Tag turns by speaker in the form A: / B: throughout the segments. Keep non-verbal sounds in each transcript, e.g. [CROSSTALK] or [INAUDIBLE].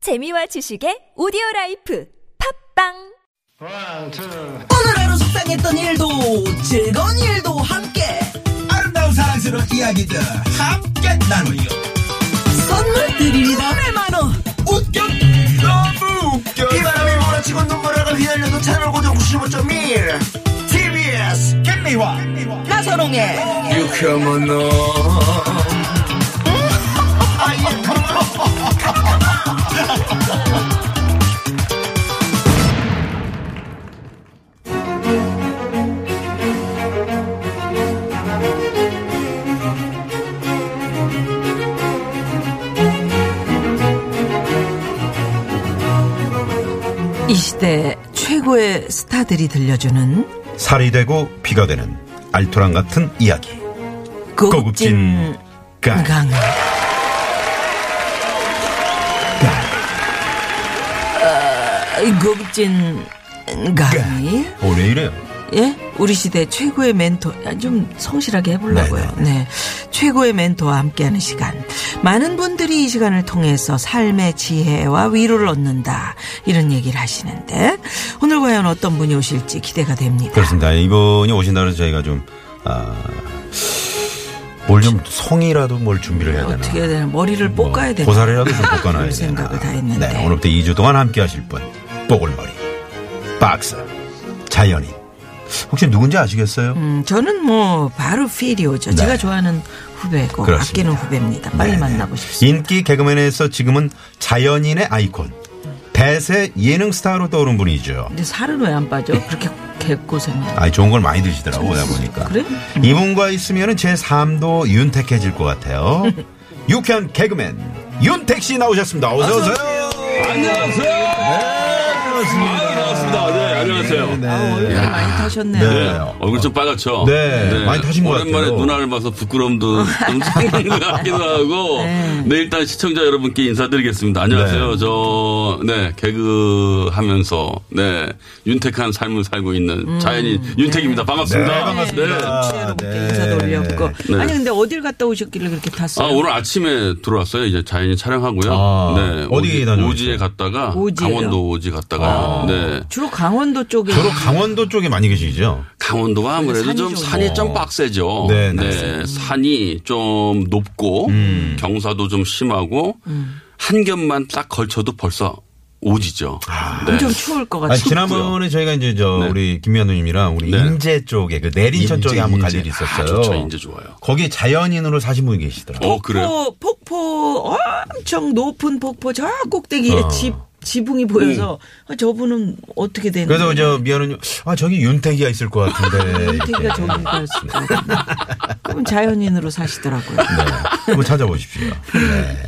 A: 재미와 지식의 오디오 라이프 팝빵
B: One, two.
C: 오늘 하루 속상했던 일도 즐거운 일도 함께
D: 아름다운 사랑스러운 이야기들 함께 나누요.
C: 선물 드립니다 네, 100만원
D: 웃겨 너무 웃겨 이 바람이 몰아치고 눈물을 휘날려도 채널 고정 95.1 TBS 겟미와
E: 네,
C: 나선홍의
D: 유쾌한 너
C: 이 시대 최고의 스타들이 들려주는
F: 살이 되고 피가 되는 알토란 같은 이야기.
C: 고급진
F: 고급진 강.
C: 강의 어, 고급진 강의
F: 어, 오왜 이래요?
C: 예? 우리 시대 최고의 멘토, 아, 좀 성실하게 해보려고요. 네 최고의 멘토와 함께하는 시간. 많은 분들이 이 시간을 통해서 삶의 지혜와 위로를 얻는다. 이런 얘기를 하시는데, 오늘 과연 어떤 분이 오실지 기대가 됩니다.
F: 그렇습니다. 이분이 오신다는 저희가 좀, 아, 뭘 좀 성이라도 뭘 준비를 해야 되나.
C: 어떻게 해야 되나. 머리를
F: 뭐
C: 볶아야 되나.
F: 보살이라도 좀 볶아놔야
C: 그런
F: 되나.
C: 생각을 다 했는데.
F: 네, 오늘부터 2주 동안 함께 하실 분. 뽀글머리. 박사. 자연인. 혹시 누군지 아시겠어요?
C: 음, 저는 뭐, 바로 필이오죠. 제가 좋아하는 후배고,
F: 네. 그렇습니다.
C: 아끼는 후배입니다. 빨리
F: 네네.
C: 만나고 싶습니다.
F: 인기 개그맨에서 지금은 자연인의 아이콘. 대세 예능 스타로 떠오른 분이죠.
C: 근데 살은 왜 안 빠져? 그렇게 개고생을.
F: 아, 좋은 걸 많이 드시더라고, 오다 보니까.
C: 그래?
F: 이분과 있으면 제 삶도 윤택해질 것 같아요.
C: [LAUGHS]
F: 유쾌한 개그맨, 윤택 씨 나오셨습니다. 어서오세요. 네,
E: 안녕하세요. 반갑습니다. 네, 안녕하세요.
C: 아, 얼굴 많이 타셨네요.
F: 네.
E: 얼굴 좀 빨갛죠?
F: 네, 많이 타신 것
E: 오랜만에
F: 같아요.
E: 누나를 봐서
F: [LAUGHS]
E: 부끄러움도 좀 생기는 것 같기도 하고.
C: 네.
E: 네. 일단 시청자 여러분께 인사드리겠습니다. 안녕하세요. 저, 네, 개그 하면서, 네, 윤택한 삶을 살고 있는 자연인 윤택입니다. 반갑습니다.
F: 음. 네,
E: 네.
F: 반갑습니다. 아,
C: 여러분께
F: 네.
C: 인사도 올려보고.
E: 네.
C: 아니 근데 어딜 갔다 오셨길래 그렇게
E: 아,
C: 탔어요?
E: 오늘 아침에 들어왔어요. 이제 자연이 촬영하고요.
F: 아,
E: 네.
F: 어디
E: 오지-
F: 다녀오셨어요? 아.
E: 오지에 갔다가
C: 오지에요?
E: 강원도 오지 갔다가 네.
C: 주로 강원도 쪽에
F: 주로 강원도 쪽에 많이 계시죠?
E: 강원도가 아무래도
C: 산이 어.
E: 좀
C: 좋네.
E: 산이 좀 빡세죠.
F: 네,
E: 네,
F: 네.
E: 산이 좀 높고
F: 음.
E: 경사도 좀 심하고
C: 음.
E: 한 겹만 딱 걸쳐도 벌써 오지죠.
F: 아,
E: 네.
C: 엄청 추울 것
F: 아니,
C: 같아요.
F: 지난번에 저희가 이제 저
E: 네.
F: 우리 김미아 누님이랑 우리
E: 네.
F: 인제 쪽에 그 내린천
E: 인제,
F: 쪽에 한번 갈
E: 인제.
F: 일이 있었어요.
E: 아, 좋죠. 인제 좋아요.
F: 거기 자연인으로 사신 분이 계시더라고요.
E: 어 그래요?
C: 폭포, 폭포 엄청 높은 폭포 저 꼭대기에
F: 어.
C: 집 지붕이 보여서 아, 저분은 어떻게 되는?
F: 그래서 저 미아 누님, 아, 저기 윤택이가 있을 것 같은데.
C: [LAUGHS]
F: 이렇게. 네.
C: 태기가 저기 갈수가 그럼 자연인으로 사시더라고요.
E: 네.
F: 한번 찾아보십시오. 네.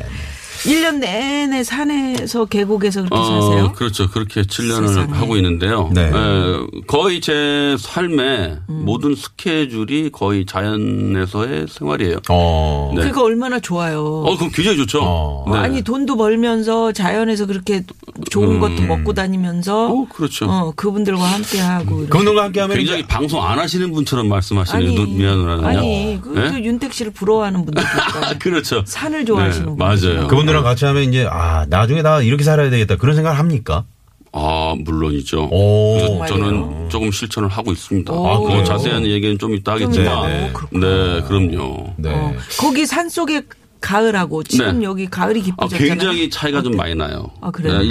C: 1년 내내 산에서 계곡에서 그렇게
E: 어,
C: 사세요?
E: 그렇죠. 그렇게 7년을
C: 세상에.
E: 하고 있는데요.
F: 네.
E: 예, 거의 제 삶의
C: 음.
E: 모든 스케줄이 거의 자연에서의 생활이에요.
F: 어.
E: 네.
C: 그러니까 얼마나 좋아요.
E: 어, 그럼 굉장히 좋죠.
F: 어.
E: 네.
C: 아니 돈도 벌면서 자연에서 그렇게 좋은 것도 먹고 다니면서
E: 음. 어, 그렇죠.
C: 어, 그분들과 함께 하고 이런-
F: 네. 그분들과 함께 하면
E: 굉장히
F: 이제-
E: 방송 안 하시는 분처럼 말씀하시는 누- 미아 누나는요.
C: 아니 그,
E: 예?
C: 그 윤택 씨를 부러워하는 분들도
E: 아,
C: 있고
E: 그렇죠.
C: 산을 좋아하시는
E: 네, 맞아요.
F: 그분들랑 같이 하면 이제 아 나중에 나 이렇게 살아야 되겠다 그런 생각을 합니까?
E: 아, 물론이죠.
F: 오.
E: 그래서
C: 정말요?
E: 저는 조금 실천을 하고 있습니다.
C: 아,
E: 뭐
F: 어, 그래요?
E: 자세한 얘기는 좀 이따
C: 좀
E: 하겠지만.
F: 이따. 오,
E: [LAUGHS] 네, 그럼요.
F: 네.
C: 어, 거기 산 속에 가을하고 지금
E: 네.
C: 여기 가을이
E: 아,
C: 깊어졌잖아요.
E: 굉장히 차이가 좀 많이 나요.
C: 아, 그래요?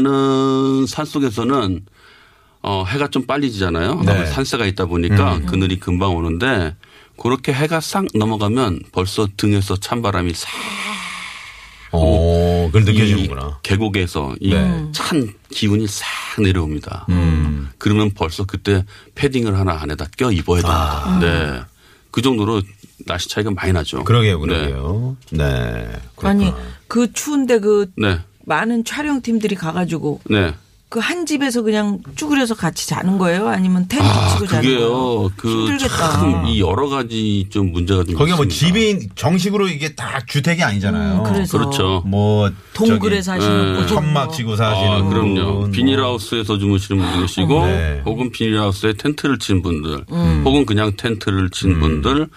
E: 일단은 산 속에서는 어, 해가 좀 빨리 지잖아요.
F: 네. 음.
E: 아무래도 산세가 있다 보니까 그늘이 금방 오는데 그렇게 해가 싹 넘어가면 벌써 등에서 찬바람이 싹
F: 어, 그걸
E: 이
F: 느껴지는구나.
E: 계곡에서 이
F: 네. 음.
E: 찬 기운이 싹 내려옵니다. 그러면 벌써 그때 패딩을 하나 안에다 껴 입어야 됩니다. 네. 그 정도로 날씨 차이가 많이 나죠.
F: 아. 그러게요,
E: 네.
F: 그러게요. 네. 그렇구나.
C: 아니 그 추운데 그
E: 네.
C: 많은 촬영팀들이 가가지고
E: 네.
C: 그 한 집에서 그냥 쭈그려서 같이 자는 거예요? 아니면 텐트
E: 아,
C: 치고 자는 거예요?
E: 그게요. 그,
C: 힘들겠다.
E: 참 이 여러 가지 좀 문제가 좀
F: 거기가 뭐
E: 있습니다.
F: 집이 정식으로 이게 다 주택이 아니잖아요.
C: 음, 그래서
E: 그렇죠.
F: 뭐
C: 동굴에
F: 저기 예.
C: 사시는 분도
F: 천막
C: 있고.
F: 치고
E: 네. 아,
F: 사시는
E: 그럼요.
F: 분, 뭐.
E: 비닐하우스에서 주무시는 분 계시고,
F: 네.
C: 음.
E: 혹은 비닐하우스에 텐트를 친 분들, 혹은 그냥 텐트를 친 분들,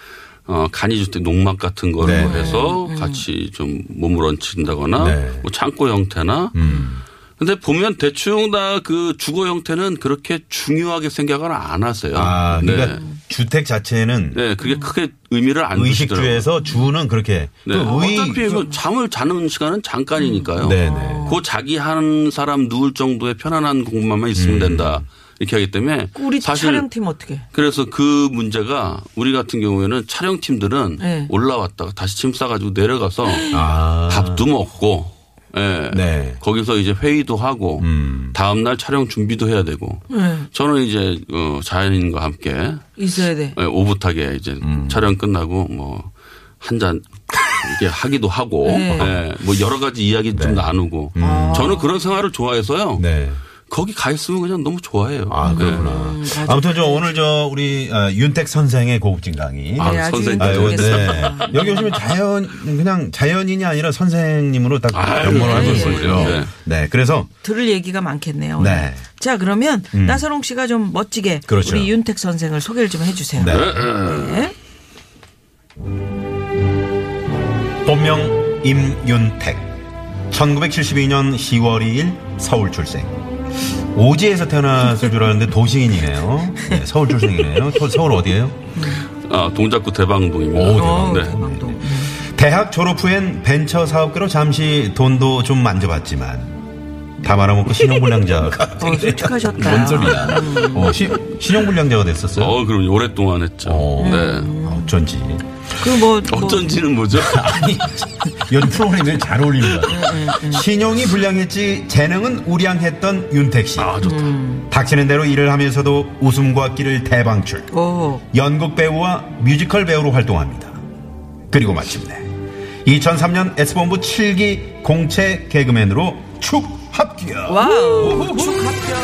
E: 어, 간이주택 농막 같은 거를
F: 음. 네.
E: 해서
C: 음.
E: 같이 좀 몸을 얹힌다거나
F: 네.
E: 뭐 창고 형태나
F: 음.
E: 근데 보면 대충 다 그 주거 형태는 그렇게 중요하게 생각을 안 하세요.
F: 아, 그러니까
E: 네.
F: 주택 자체는
E: 네, 그게 크게 의미를 안 두시더라고요.
F: 의식주에서 주는 그렇게
E: 네.
F: 그 의- 음,
E: 어차피 그 잠을 자는 시간은 잠깐이니까요.
F: 네네.
E: 그 자기 한 사람 누울 정도의 편안한 공간만
F: 음.
E: 있으면 된다. 이렇게 하기 때문에
C: 우리
E: 사실
C: 촬영팀 어떻게?
E: 그래서 그 문제가 우리 같은 경우에는 촬영팀들은
C: 네.
E: 올라왔다가 다시 짐 싸가지고 내려가서
F: 아.
E: 밥도 먹고 예.
F: 네.
E: 거기서 이제 회의도 하고
F: 음.
E: 다음날 촬영 준비도 해야 되고
C: 네,
E: 저는 이제 어, 자연인과 함께
C: 있어야 돼.
E: 예, 오붓하게 이제
F: 음.
E: 촬영 끝나고 뭐 한 잔 이게 [LAUGHS] 하기도 하고
C: 네.
E: 예, 뭐 여러 가지 이야기 좀 나누고 저는 그런 생활을 좋아해서요.
F: 음. 아. 네.
E: 거기 가 있으면 그냥 너무 좋아해요. 네.
F: 아, 그렇구나.
C: 음,
F: 아무튼 저 오늘 저 우리 어, 윤택 선생의 고급진 강의.
E: 아,
C: 네, 아주
E: 선생님.
F: 아유,
C: 인정했어요.
F: 네. 여기 오시면 자연 그냥 자연인이 아니라 선생님으로 딱
E: 아유,
F: 연모를
C: 예,
F: 하셨어요.
E: 예.
F: 네. 그래서
C: 들을 얘기가 많겠네요. 오늘.
F: 네.
C: 자 그러면 나선홍 씨가 좀 멋지게
F: 그렇죠.
C: 우리 윤택 선생을 소개를 좀 해주세요.
F: 네.
C: 네.
F: 본명 임윤택 1972년 10월 2일 서울 출생 오지에서 태어났을 줄 알았는데 도시인이네요 네, 서울 출생이네요 서- 서울 어디예요?
E: 아, 동작구 대방동입니다.
F: 오,
C: 어,
E: 네.
C: 대방동.
F: 대학 졸업 후엔 벤처 사업가로 잠시 돈도 좀 만져봤지만 다 말아먹고 신용불량자가
C: 어, 솔직하셨다.
F: 어, 시- 신용불량자가 됐었어요
E: 어, 그럼 오랫동안 했죠.
F: 어.
E: 네.
F: 아, 어쩐지
C: 그뭐 뭐,
E: 어쩐지는 뭐죠?
F: 요즘 프로그램에 잘 어울립니다 신용이 불량했지 재능은 우량했던 윤택 씨
E: 아, 좋다.
F: 닥치는 대로 일을 하면서도 웃음과 끼를 대방출.
C: 오,
F: 연극 배우와 뮤지컬 배우로 활동합니다. 그리고 마침내 2003년 S본부 7기 공채 개그맨으로 축 합격.
C: 와우 축하합니다.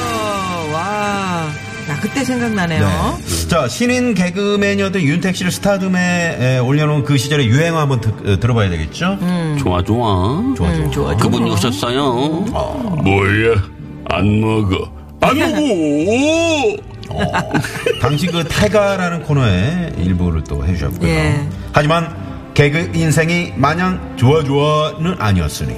C: 와, 야 그때 생각나네요.
F: 네. 자, 신인 개그맨이었던 윤택 씨를 스타덤에 에, 올려놓은 그 시절의 유행 한번 드- 어, 들어봐야 되겠죠?
E: 좋아, 좋아.
F: 음. 좋아, 음, 아. 좋아.
C: 좋아, 좋아.
E: 그분 오셨어요. 뭐야? 안 먹어. 안 먹어!
F: 당시 그 태가라는 코너에 일부를 또 해주셨고요.
C: 예.
F: 하지만 개그 인생이 마냥 좋아 좋아는 아니었으니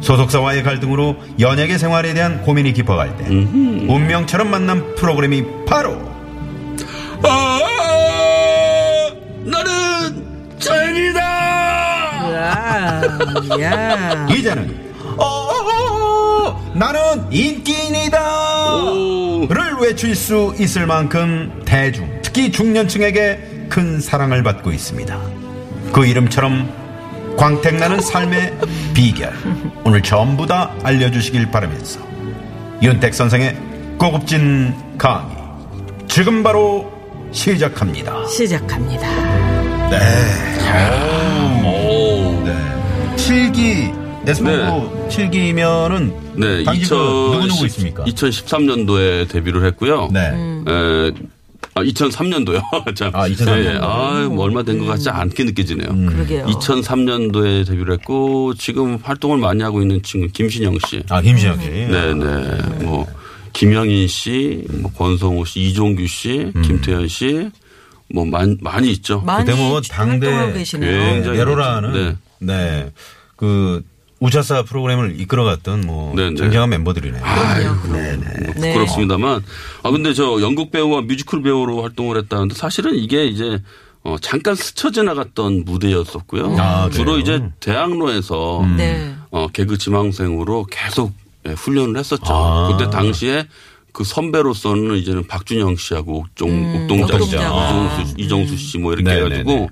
F: 소속사와의 갈등으로 연예계 생활에 대한 고민이 깊어갈 때 운명처럼 만난 프로그램이 바로
E: 아, 나는 짱이다!
C: 와, 야,
F: 이제는
E: 어,
F: 어어어어 나는
E: 오.
F: 인기인이다를 외칠 수 있을 만큼 대중 특히 중년층에게 큰 사랑을 받고 있습니다. 그 이름처럼 광택나는 삶의 비결 오늘 전부 다 알려주시길 바라면서 윤택 선생의 고급진 강의 지금 바로 시작합니다.
C: 시작합니다.
E: 오.
F: 네. 7기 네, 에스포 칠 7기면은
E: 네,
F: 당시
E: 2010,
F: 그 누구 누구 있습니까?
E: 2013년도에 데뷔를 했고요.
F: 네.
E: 에, 아, 2003년도요. [LAUGHS] 참.
F: 아, 2003 년도.
E: 예, 예. 아, 뭐 얼마 된 것 같지 않게 느껴지네요.
F: 음.
C: 그러게요.
E: 2003년도에 데뷔를 했고 지금 활동을 많이 하고 있는 친구 김신영 씨.
F: 아, 김신영 씨.
E: 네, 네. 뭐 김영인 씨, 뭐 권성우 씨, 이종규 씨, 김태현 씨. 뭐 많, 많이 있죠.
C: 많이
F: 그때 뭐 당대
C: 활동하고 계시네요.
E: 굉장히
F: 예로라는 네.
E: 네.
F: 그 우차사 프로그램을 이끌어갔던 뭐
E: 네, 네.
F: 굉장한 멤버들이네요.
E: 아이고, 뭐
C: 네.
E: 부끄럽습니다만. 아, 근데 저 연극 배우와 뮤지컬 배우로 활동을 했다는데 사실은 이게 이제 어, 잠깐 스쳐 지나갔던 무대였었고요.
F: 아,
E: 주로
F: 그래요?
E: 이제 대학로에서
C: 네.
E: 어, 개그 지망생으로 계속 예, 훈련을 했었죠.
F: 아.
E: 그때 당시에 그 선배로서는 이제는 박준영 씨하고 옥종, 옥동자 씨,
C: 음, 옥동자.
E: 이정수, 이정수 씨 뭐 이렇게
F: 아. 네, 네, 네.
E: 해가지고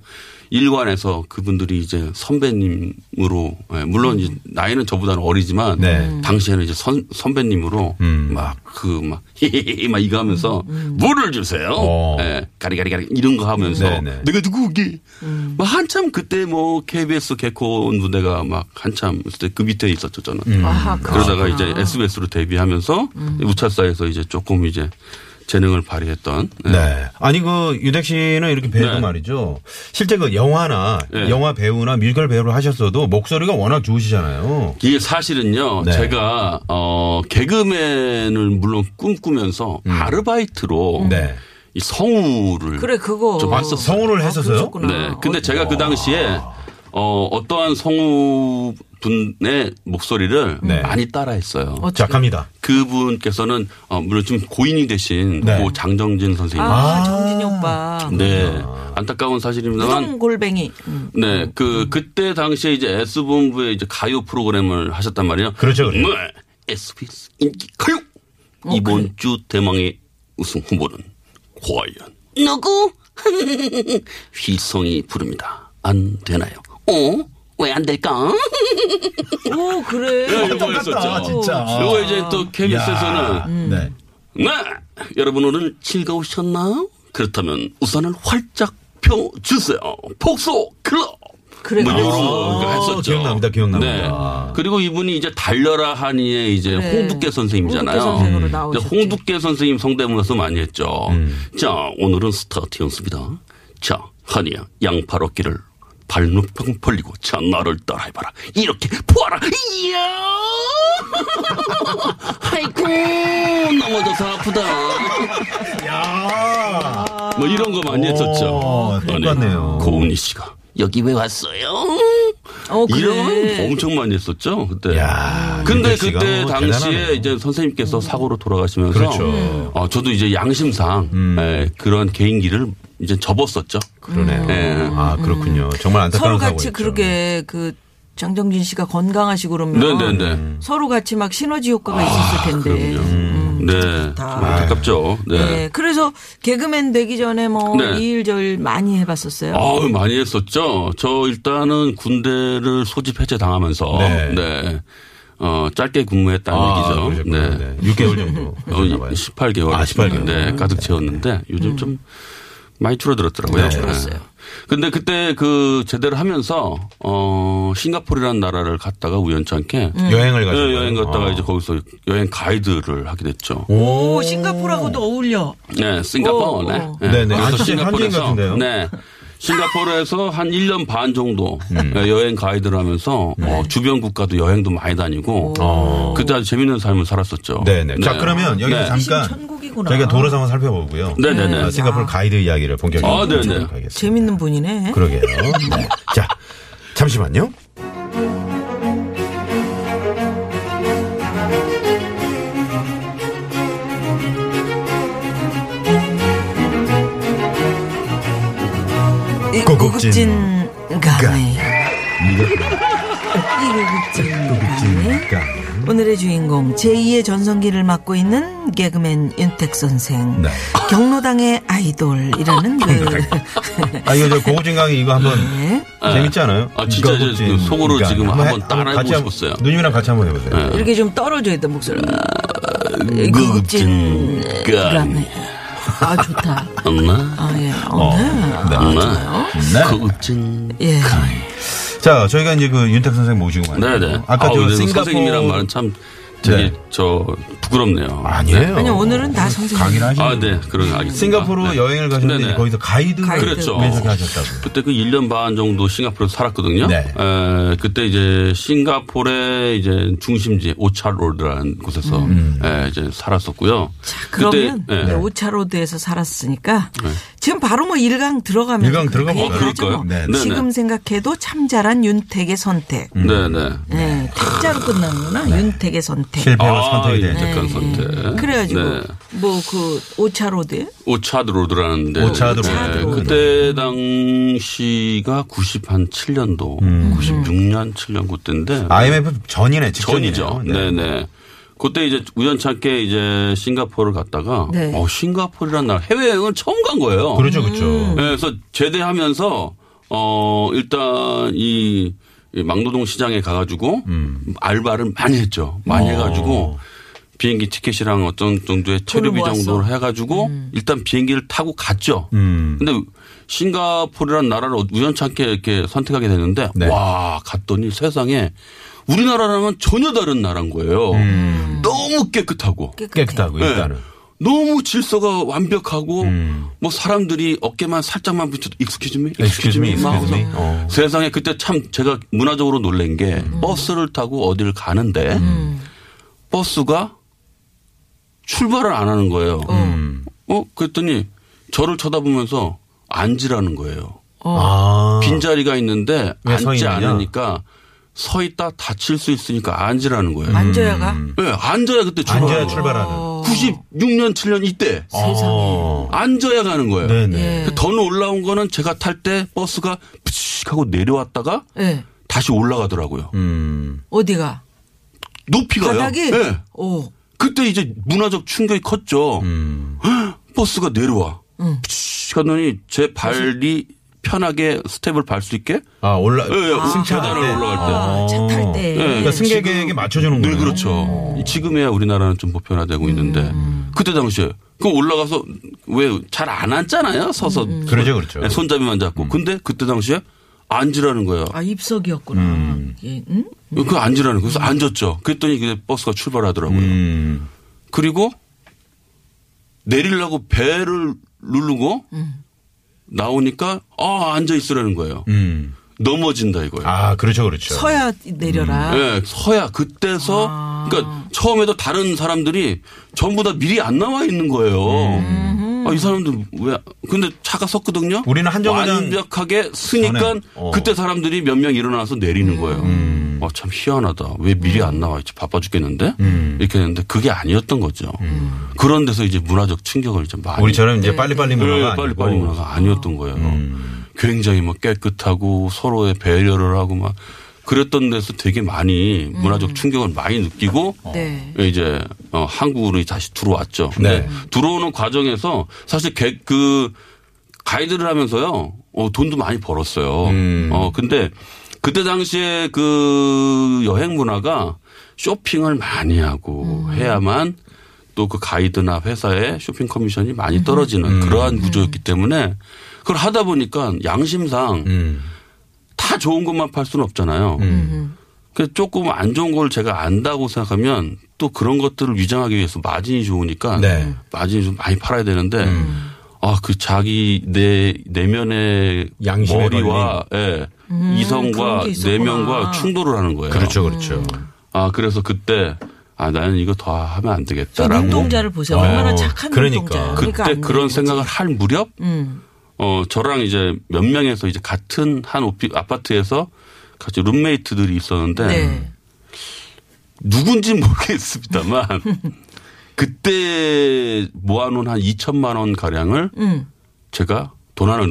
E: 일관에서 그분들이 이제 선배님으로 예, 물론 이제 나이는 저보다는 어리지만
F: 네. 음.
E: 당시에는 이제 선, 선배님으로
F: 음.
E: 막 그막 [LAUGHS] 히히히 막 이거 하면서
C: 음,
E: 물을 주세요.
F: 어.
E: 예, 가리가리가리 이런 거 하면서
F: 네, 네.
E: 내가 누구게?
C: 음.
E: 막 한참 그때 뭐 KBS 개콘 무대가 막 한참 있을 때 그 밑에 있었죠 저는.
F: 음.
C: 아하,
E: 그러다가
C: 그렇구나. 음.
E: 이제 SBS로 데뷔하면서 우차사에서 이제 조금 이제 재능을 발휘했던. 예.
F: 네. 아니 그 유택 씨는 이렇게 배우도
E: 네.
F: 말이죠. 실제 그 영화나
E: 네.
F: 영화 배우나 뮤지컬 배우를 하셨어도 목소리가 워낙 좋으시잖아요.
E: 이게 사실은요,
F: 네.
E: 제가, 어, 개그맨을 물론 꿈꾸면서 아르바이트로
F: 음. 네.
E: 이 성우를
C: 그래 그거
E: 좀 봤었어요.
F: 성우를
C: 아,
F: 했었어요?
C: 그러셨구나.
E: 네. 근데 제가 그 당시에
C: 아.
E: 어, 어떠한 성우분의 목소리를
F: 네.
E: 많이 따라했어요.
C: 어,
F: 자, 갑니다.
E: 그분께서는 어, 물론 좀 고인이 되신
F: 네.
E: 고 장정진 선생님.
C: 아, 정진이 오빠.
E: 네. 안타까운 사실입니다만
C: 우동골뱅이. 음.
E: 네, 그 그때 당시에 이제 S 본부의 이제 가요 프로그램을 하셨단 말이에요.
F: 그렇죠,
E: 네,
F: 그렇죠.
E: SBS 인기 가요
C: 어,
E: 이번 주 대망의 우승 후보는 과연 누구? [LAUGHS] 휘성이 부릅니다. 안 되나요? 어? 왜 안 될까?
C: 오 그래. 어,
E: 네, 이거
F: 똑같다, 아,
E: 했었죠.
F: 진짜.
E: 이거 이제 또 KBS에서는
F: 네.
E: 네, 여러분 오늘 즐거우셨나요? 그렇다면 우산을 활짝 펴 주세요. 폭소 클럽.
C: 그래,
E: 뭐
C: 그래.
E: 이런 거
F: 아,
E: 했었죠.
F: 기억납니다, 기억납니다.
E: 네. 그리고 이분이 이제 달려라 하니의 이제
C: 그래.
E: 홍두깨 선생님이잖아요.
C: 네. 홍두깨 선생으로
E: 이제
C: 나오셨지.
E: 홍두깨 선생님 성대모사도 많이 했죠.
F: 음.
E: 자, 오늘은 스타트 연습이다. 자, 하니야, 양팔 어깨를 발높이 벌리고 자 나를 따라해봐라. 이렇게 보아라. 이야! 아이고 넘어져서 아프다.
F: 야
E: 뭐 이런 거 많이
F: 오,
E: 했었죠.
F: 똑같네요.
E: 아니, 고은이 씨가 여기 왜 왔어요?
C: 어 그래.
E: 이런 거 엄청 많이 했었죠 그때.
F: 야,
E: 근데
F: 윤태 씨가
E: 그때
F: 뭐
E: 당시에
F: 대단하네요.
E: 이제 선생님께서 사고로 돌아가시면서
F: 그렇죠. 음.
E: 어, 저도 이제 양심상 예, 그런 개인기를 이제 접었었죠.
F: 그러네요.
E: 네.
F: 아, 그렇군요. 정말 안타까운
C: 서로
F: 사고.
C: 같이 그렇게 그 장정진 씨가 건강하시고 그러면
E: 네네네. 아,
C: 서로 같이 막 시너지 효과가 있었을 텐데. 음.
E: 그럼요.
F: 음.
E: 네. 좀 안타깝죠. 네.
C: 네. 그래서 개그맨 되기 전에 뭐
E: 네.
C: 이일 저일 많이 해봤었어요.
E: 아우 많이 했었죠. 저 일단은 군대를 소집 해제 당하면서
F: 네. 아,
E: 네. 어, 짧게 군무했다는 얘기죠.
F: 그러셨군요. 네. 6개월 정도.
E: 어,
F: 하셨나 봐요.
E: 18개월.
F: 아, 18 개월. 음.
E: 네, 가득 채웠는데 요즘 좀 많이 줄어들었더라고요.
F: 네.
E: 줄었어요. 근데 그때 그 제대를 하면서 어 싱가포르라는 나라를 갔다가 우연찮게
C: 음.
F: 여행을 아. 가셨
E: 네, 여행 갔다가 이제 거기서 여행 가이드를 하게 됐죠.
C: 오 싱가포르하고도 어울려.
E: 네, 싱가포르.
C: 오,
E: 네.
C: 오.
F: 네네.
E: 그래서
F: 한지- 한지인 것 같은데요.
E: 네. 싱가포르에서 한 1년 반 정도
F: 음.
E: 네, 여행 가이드를 하면서
F: 네.
E: 어, 주변 국가도 여행도 많이 다니고
F: 어.
E: 그때 아주 재밌는 삶을 살았었죠.
F: 네네. 자, 그러면 여기서
E: 네.
F: 잠깐
C: 천국이구나.
F: 저희가 도로 상황 살펴보고요.
E: 네네네.
F: 아, 싱가포르 가이드 이야기를 본격적으로
E: 아, 네네.
F: 해보도록 하겠습니다.
C: 재밌는 분이네.
F: 그러게요. 네. 자, 잠시만요.
C: 이
F: 고급진
C: 예, 고급진 가네. 이 고급진 가네. 오늘의 주인공 제2의 전성기를 맡고 있는 개그맨 윤택 선생.
F: 네.
C: 경로당의
F: [LAUGHS]
C: 아이돌이라는 그
F: 아, 이거 저 고고진 강의 이거 한번
C: 네.
F: 재밌지 않아요?
E: 아, 진짜 이제
F: 고고진
E: 그 속으로
F: 강의.
E: 지금 한번
F: 해-
E: 따라해보고
F: 같이 한번-
E: 싶었어요. 네.
F: 누님이랑 같이 한번 해보세요.
C: 이렇게 좀 떨어져 있던 목소리. 음,
E: 고급진 간.
C: 아 좋다.
E: 네. 엄마,
C: 아 예. 어, 네.
E: 엄마,
F: 네.
E: 고급진.
C: 예.
F: 자, 저희가 이제 그 윤택 선생 모시고 가는
E: 네네.
F: 거. 아까
E: 아우,
F: 저
E: 네,
F: 싱가포르 네.
E: 선생님이란 말은 참 되게 저 부끄럽네요.
F: 아니에요.
C: 아니 오늘은 다 선생님.
F: 어. 강의를 하시는
E: 아, 네, 그런 알겠습니다.
F: 싱가포르
E: 네.
F: 여행을 가셨는데
E: 네네. 그렇죠.
F: 거기서 가이드를
C: 가이드.
E: 그랬죠.
F: 면접 하셨다고.
E: 그때 그 1년 반 정도 싱가포르에서 살았거든요.
F: 네.
E: 에, 그때 이제 싱가포르의 이제 중심지 오차로드라는 곳에서
F: 음.
E: 에, 이제 살았었고요.
C: 자, 그러면
E: 그때, 예.
C: 네, 오차로드에서 살았으니까 지금 바로 뭐 일강 들어가면
F: 일강 들어가
C: 그
F: 볼까요?
C: 얘기를 하죠
E: 그럴까요?
C: 뭐.
F: 네,
E: 네.
C: 지금 생각해도 참 잘한 윤택의 선택.
E: 네, 네.
F: 음.
C: 네, 택자로 끝나는구나. 윤택의 선택.
F: 네. 실패와 선택이
E: 아,
F: 되죠.
E: 약간 선택.
C: 네. 그래가지고
E: 네.
C: 뭐 그 오차로드
E: 오차드로드라는 데.
F: 오차드
E: 네,
F: 로드.
E: 그때 당시가 97년도,
F: 음.
E: 96년, 7년 그때인데.
F: IMF 전이네, 직전이네요.
E: 전이죠.
F: 네.
E: 네네. 그때 이제 우연찮게 이제 싱가포르를 갔다가
C: 네.
E: 어 싱가포르란 나라 해외여행을 처음 간 거예요.
F: 그렇죠, 그렇죠.
E: 네, 그래서 제대하면서 어 일단 이, 이 망노동 시장에 가가지고 알바를 많이 했죠. 많이 해가지고 비행기 티켓이랑 어떤 정도의 체류비
C: 모았어.
E: 정도를 해가지고 일단 비행기를 타고 갔죠.
C: 음.
F: 음.
E: 근데 싱가포르란 나라를 우연찮게 이렇게 선택하게 됐는데
F: 네.
E: 와 갔더니 세상에 우리나라랑은 전혀 다른 나라인 거예요. 음. 너무 깨끗하고
F: 깨끗하고 일단은.
E: 네. 너무 질서가 완벽하고 뭐 사람들이 어깨만 살짝만 붙여도 익숙해지면
F: Excuse me, excuse me. 어.
E: 세상에 그때 참 제가 문화적으로 놀란 게 버스를 타고 어디를 가는데 버스가 출발을 안 하는 거예요. 어 그랬더니 저를 쳐다보면서 앉으라는 거예요.
C: 어.
F: 아.
E: 빈자리가 있는데
F: 왜서
E: 앉지
F: 있느냐?
E: 않으니까 서 있다 다칠 수 있으니까 앉으라는 거예요.
C: 앉아야 가?
E: 예, 앉아야 그때 출발하는 거예요.
F: 앉아야 음. 출발하는.
C: 어,
E: 96년 7년 이때
F: 세상에.
E: 앉아야 가는 거예요.
F: 어. 네네.
E: 더 올라온 거는 제가 탈 때 버스가 푸식 하고 내려왔다가
C: 예.
E: 다시 올라가더라고요.
F: 음.
C: 어디가?
E: 높이 가요.
C: 바닥이? 어.
E: 예.
F: 어.
C: 오.
E: 그때 이제 문화적 충격이 컸죠.
F: 음.
E: 헉, 버스가 내려와.
C: 음.
E: 푸식 하더니 제 발이 편하게 스텝을 밟을 수 있게
F: 아, 올라.
E: 예, 예,
F: 승차할
E: 계단을
F: 때.
E: 올라갈 때. 예,
F: 아.
C: 차 탈
E: 네.
C: 때.
F: 그러니까 승객에게 맞춰주는 거예요.
E: 늘 그렇죠.
F: 음.
E: 지금에야 우리나라는 좀 보편화되고 있는데 그때 당시에 그 올라가서 왜 잘 안 앉잖아요. 서서
C: 음.
F: 그러죠, 그렇죠.
E: 네, 손잡이만 잡고. 근데 그때 당시에 앉으라는 거예요.
C: 아, 입석이었구나.
F: 음.
C: 예, 응?
E: 그 앉으라는 거예요. 그래서 앉았죠. 그랬더니 이제 버스가 출발하더라고요.
F: 음.
E: 그리고 내리려고 배를 누르고 나오니까 아 앉아 있으라는 거예요.
F: 음.
E: 넘어진다 이거예요.
F: 아, 그렇죠, 그렇죠.
C: 서야 내려라.
E: 예, 서야 그때서 그러니까 처음에도 다른 사람들이 전부 다 미리 안 나와 있는 거예요. 아, 이 사람들 왜 근데 차가 섰거든요.
F: 우리는 한정거장
E: 완벽하게 쓰니까
F: 전에, 어. 음.
E: 그때 사람들이 몇 명 일어나서 내리는 거예요. 아, 참 희한하다. 왜 미리 안 나와 있지? 바빠 죽겠는데?
F: 음.
E: 이렇게 했는데 그게 아니었던 거죠. 그런 데서 이제 문화적 충격을 좀 많이
F: 우리처럼
C: 네.
F: 이제 빨리빨리 문화가
E: 예, 빨리
F: 아니고. 음.
E: 빨리 문화가 아니었던 거예요. 굉장히 뭐 깨끗하고 서로의 배려를 하고 막 그랬던 데서 되게 많이 문화적 충격을 많이
F: 어.
E: 느끼고
C: 네.
E: 이제 어, 한국으로 다시 들어왔죠. 근데
F: 네.
E: 들어오는 과정에서 사실 개- 그 가이드를 하면서요 어, 돈도 많이 벌었어요. 어 근데 그때 당시에 그 여행 문화가 쇼핑을 많이 하고 해야만 또 그 가이드나 회사의 쇼핑 커미션이 많이 떨어지는 그러한 구조였기 때문에 그걸 하다 보니까 양심상
F: 음.
E: 다 좋은 것만 팔 수는 없잖아요. 그래서 조금 안 좋은 걸 제가 안다고 생각하면 또 그런 것들을 위장하기 위해서 마진이 좋으니까
F: 네. 음.
E: 마진이 좀 많이 팔아야 되는데 아 그 자기 내 내면의
F: 양심의
E: 머리와 예, 이성과
C: 음, 그런 게 있었구나.
E: 내면과 충돌을 하는 거예요.
F: 그렇죠, 그렇죠.
E: 아 그래서 그때 아 나는 이거 더 하면 안
C: 저
E: 되겠다라고
C: 눈동자를 보세요.
F: 어,
C: 얼마나 착한
F: 그러니까.
C: 눈동자예요. 그러니까
E: 그때
C: 안
E: 그런
C: 되는 거지.
E: 생각을 할 무렵
C: 음.
E: 어, 저랑 이제 몇 명에서 이제 같은 한 오피- 아파트에서 같이 룸메이트들이 있었는데
C: 네.
E: 누군지 모르겠습니다만 [LAUGHS] 그때 모아놓은 한 2천만 원 가량을
C: 음.
E: 제가 도난을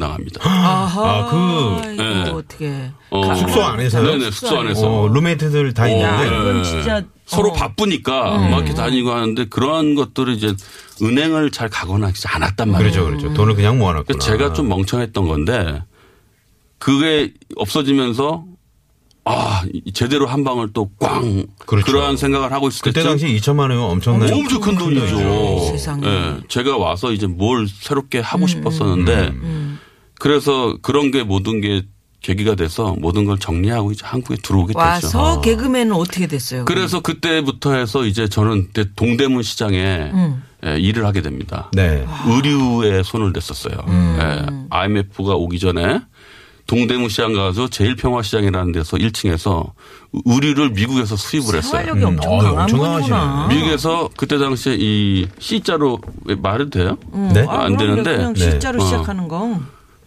C: [GASPS]
E: 당합니다.
C: 아하.
F: 아,
C: 아, 그. 이거
E: 네.
C: 어떻게.
E: 어,
F: 숙소 안에서요?
E: 네네, 숙소 안에서. 어, 네.
F: 어, 룸메이트들 다
C: 야,
F: 있는데.
C: 이건 진짜.
E: 서로
C: 어.
E: 바쁘니까 막 이렇게 다니고 하는데 그러한 것들을 이제 은행을 잘 가거나 하지 않았단 말이에요.
F: 그렇죠, 그렇죠. 돈을 그냥 모아놨구나.
E: 그러니까 제가 좀 멍청했던 건데 그게 없어지면서 아 이- 제대로 한 방을 또꽝 그
F: 그렇죠.
E: 러한 생각을 하고 있을
F: 그때 당시 2천만 원이면 엄청난
E: 엄청 큰
C: 돈이죠.
E: 돈이죠.
C: 세상에. 음.
E: 예, 제가 와서 이제 뭘 새롭게 하고 싶었었는데
F: 음.
E: 그래서 그런 게 모든 게 계기가 돼서 모든 걸 정리하고 이제 한국에 들어오게 됐죠. 아.
C: 와서 개그맨은 어떻게 됐어요?
E: 그래서 그때부터 해서 이제 저는 그때 동대문 시장에
C: 음.
E: 예, 일을 하게 됩니다.
F: 네.
E: 의류에 손을 댔었어요.
F: 음.
E: 예, IMF가 오기 전에 동대문 시장 가서 제일평화시장이라는 데서 1층에서 의류를 미국에서 수입을 했어요.
C: 생활력이 엄청
F: 어,
C: 강한
F: 엄청
C: 분이구나.
F: 강하시네.
E: 미국에서 그때 당시에 이 C자로 왜 말해도 돼요?
F: 네?
C: 아, 그럼요.
E: 안 되는데.
C: 그냥
E: 네.
C: 진짜로
E: 어.
C: 시작하는 거.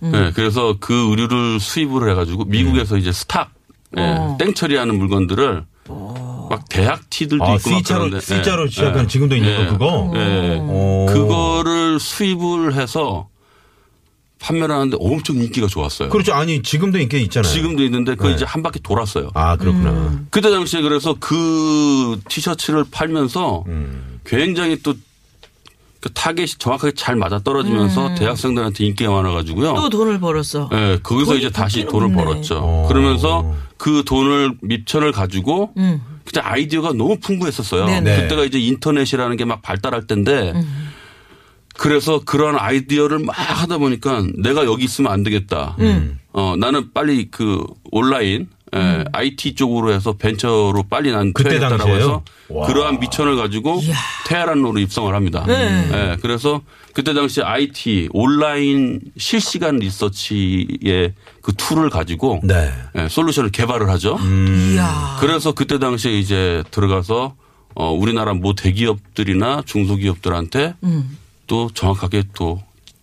C: 음.
E: 예, 그래서 그 의류를 수입을 해가지고 미국에서 이제 스탁, 예,
C: 어.
E: 땡처리하는 물건들 막 대학 티들도
F: 아,
E: 있고 막
F: C자로,
E: 그런데
F: C자로
E: 예,
F: 시작한
E: 예.
F: 지금도 있는
E: 예,
F: 거 어. 그거?
E: 예.
F: 오.
E: 그거를 수입을 해서 판매를 하는데 엄청 인기가 좋았어요.
F: 그렇죠. 아니, 지금도 인기 있잖아요.
E: 지금도 음. 있는데 그
F: 네.
E: 이제 한 바퀴 돌았어요.
F: 아, 그렇구나.
E: 그때 당시에 그래서 그 티셔츠를 팔면서
F: 음.
E: 굉장히 또그 타겟이 정확하게 잘 맞아 떨어지면서 대학생들한테 인기가 많아가지고요.
C: 또 돈을 벌었어.
E: 예, 거기서
C: 돈이
E: 이제 다시
C: 깎이는
E: 돈을
C: 없네.
E: 벌었죠.
F: 어.
E: 그러면서 그 돈을 미천을 가지고 그때 아이디어가 너무 풍부했었어요.
C: 음. 네네. 음.
E: 그때가 이제 인터넷이라는 게 막 발달할 때인데 그래서 그러한 아이디어를 막 하다 보니까 내가 여기 있으면 안 되겠다.
C: 음.
E: 어, 나는 빨리 그 온라인 예, IT 쪽으로 해서 벤처로 빨리 난
F: 그때
E: 퇴했다라고
F: 당시에요?
E: 해서
F: 와.
E: 그러한 미천을 가지고 테헤란으로 입성을 합니다.
F: 네.
E: 예, 그래서 그때 당시 IT 온라인 실시간 리서치의 그 툴을 가지고
F: 네. 음.
E: 예, 솔루션을 개발을 하죠. 네.
C: 이야.
E: 그래서 그때 당시에 이제 들어가서 어, 우리나라 뭐 대기업들이나 중소기업들한테 또 정확하게 또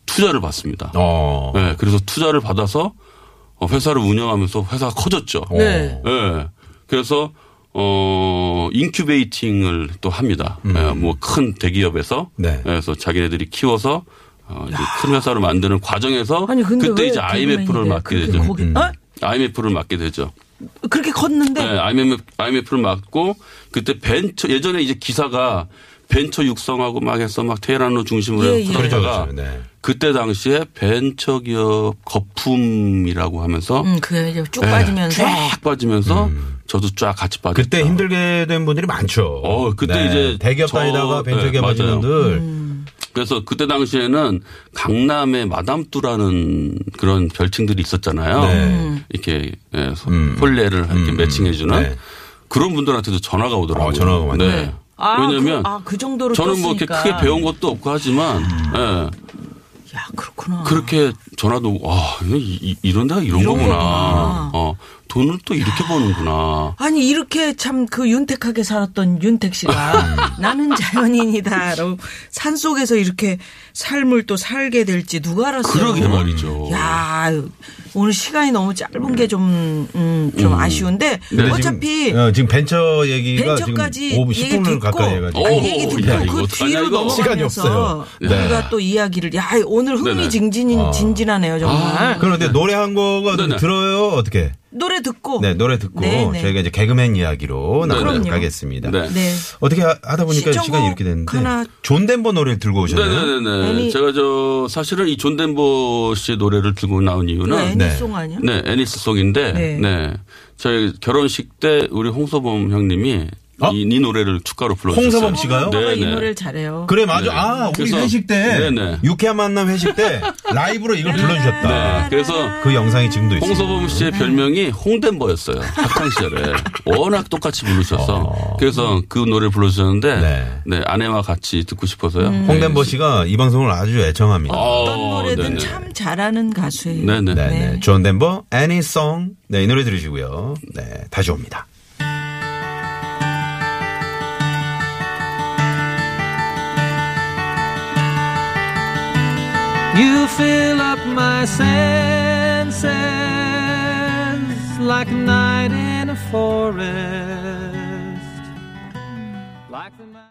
E: 투자를 받습니다.
F: 음. 어.
E: 예, 그래서 투자를 받아서 어, 회사를 운영하면서 회사가 커졌죠.
F: 어.
C: 네.
E: 예. 그래서 어 인큐베이팅을 또 합니다. 뭐 큰 대기업에서
F: 음.
E: 예,
F: 네.
E: 그래서 자기네들이 키워서 어, 이제 큰 회사를 만드는 과정에서
C: 아니 근데
E: 그때
C: 왜
E: 이제 IMF를
C: 개그맨인데
E: 맡게
C: 그렇게
E: 되죠.
C: 거기- 어?
E: IMF를 맡게 되죠.
C: 그렇게 컸는데
E: 네, IMF, IMF를 맡고 그때 벤처 예전에 이제 기사가 벤처 육성하고 막 해서 막 테헤란로 중심으로
C: 예, 예.
F: 그렇죠,
E: 그러다가
F: 그렇죠. 네.
E: 그때 당시에 벤처 기업 거품이라고 하면서
C: 음, 그게 이제 쭉
E: 예,
C: 빠지면서
E: 쫙 빠지면서 저도 쫙 같이 빠졌죠.
F: 음. 그때 힘들게 된 분들이 많죠. 네.
E: 어, 그때 이제
F: 대기업
E: 저-
F: 다니다가
E: 네,
F: 벤처기업
E: 맞아요.
F: 하시는 분들
C: 음.
E: 그래서 그때 당시에는 강남에 마담뚜라는 그런 별칭들이 있었잖아요.
F: 네.
E: 이렇게 예, 소- 폴레를 이렇게
F: 음.
E: 매칭해주는
F: 네.
E: 그런 분들한테도 전화가 오더라고요.
F: 어, 전화가 왔네.
E: 네.
C: 아,
E: 왜냐면
C: 그, 아, 그 정도로
E: 저는 뭐 이렇게
C: 떴으니까.
E: 크게 배운 것도 없고 하지만 예,
C: 야 그렇구나.
E: 그렇게 전화도 오고, 아 이, 이, 런 데가 이런, 거구나.
C: 거구나.
E: 어, 돈을 또 이렇게 버는구나.
C: 아니 이렇게 참 그 윤택하게 살았던 윤택
F: [LAUGHS]
C: 씨가 나는 자연인이다라고 산 속에서 이렇게 삶을 또 살게 될지 누가 알았어요.
E: 그러게 말이죠.
C: 야 오늘 시간이 너무 짧은 게 좀 음, 좀 아쉬운데
F: 음. 근데
C: 어차피
F: 지금, 어, 지금 벤처 얘기가
C: 벤처까지
F: 지금 5분
C: 얘기
F: 10분을
C: 듣고
F: 가까이 해가지고
C: 아니,
E: 오,
C: 얘기 듣고
E: 야, 이거
C: 그
E: 어떡하냐,
C: 뒤로
E: 이거.
F: 시간이 없어요.
C: 넘어가면서
F: 네. 아.
C: 우리가 또 이야기를 야 오늘 흥미진진 진진하네요 정말
F: 그런데 노래 한 곡을
E: 네네.
F: 들어요 어떻게?
C: 노래 듣고
F: [LAUGHS] 네 노래 듣고
C: 네네.
F: 저희가 이제 개그맨 이야기로 나가도록
C: 그럼요.
F: 하겠습니다.
E: 네.
C: 네.
F: 어떻게 하- 하다 보니까
C: 시청곡
F: 시간이 이렇게 됐는데
C: 하나-
F: 존 덴버 노래를 들고 오셨네요.
E: 네네네.
C: 애니-
E: 제가 저 사실은 이 존덴버 씨의 노래를 들고 나온
C: 이거
E: 이유는
C: 네, 애니송 아니야?
E: 네, 애니스 송인데,
C: 네.
E: 네. 저희 결혼식 때 우리 홍서범 형님이
F: 어?
E: 이, 이 노래를 축가로 불러주셨어요.
F: 홍서범 씨가요?
C: 네, 이
E: 네.
C: 노래를 잘해요.
F: 그래 맞아.
E: 네.
F: 아 우리
E: 그래서-
F: 회식 때
E: 네네.
F: 유쾌한 만남 회식 때 [LAUGHS] 라이브로 이걸 불러주셨다.
E: 네, 그래서
F: 아, 그 영상이 지금도 있어요.
E: 네.
C: 네.
E: 홍서범 씨의 별명이 홍덴버였어요.
F: [LAUGHS]
E: 학창시절에. 워낙 똑같이 부르셔서. 그래서 그 노래를 불러주셨는데,
F: 어. 네.
E: 네. 아내와 같이 듣고 싶어서요. 네.
F: 홍덴버 씨가 이 방송을 아주 애청합니다.
C: 음. 어떤 노래든
E: 네네.
C: 참 잘하는 가수예요.
E: 네네.
F: 네, 네.
C: 네.
F: 존 덴버, Any Song. 네, 이 노래 들으시고요. 네, 다시 옵니다.
G: You fill up my senses like a night in a forest. Like the night-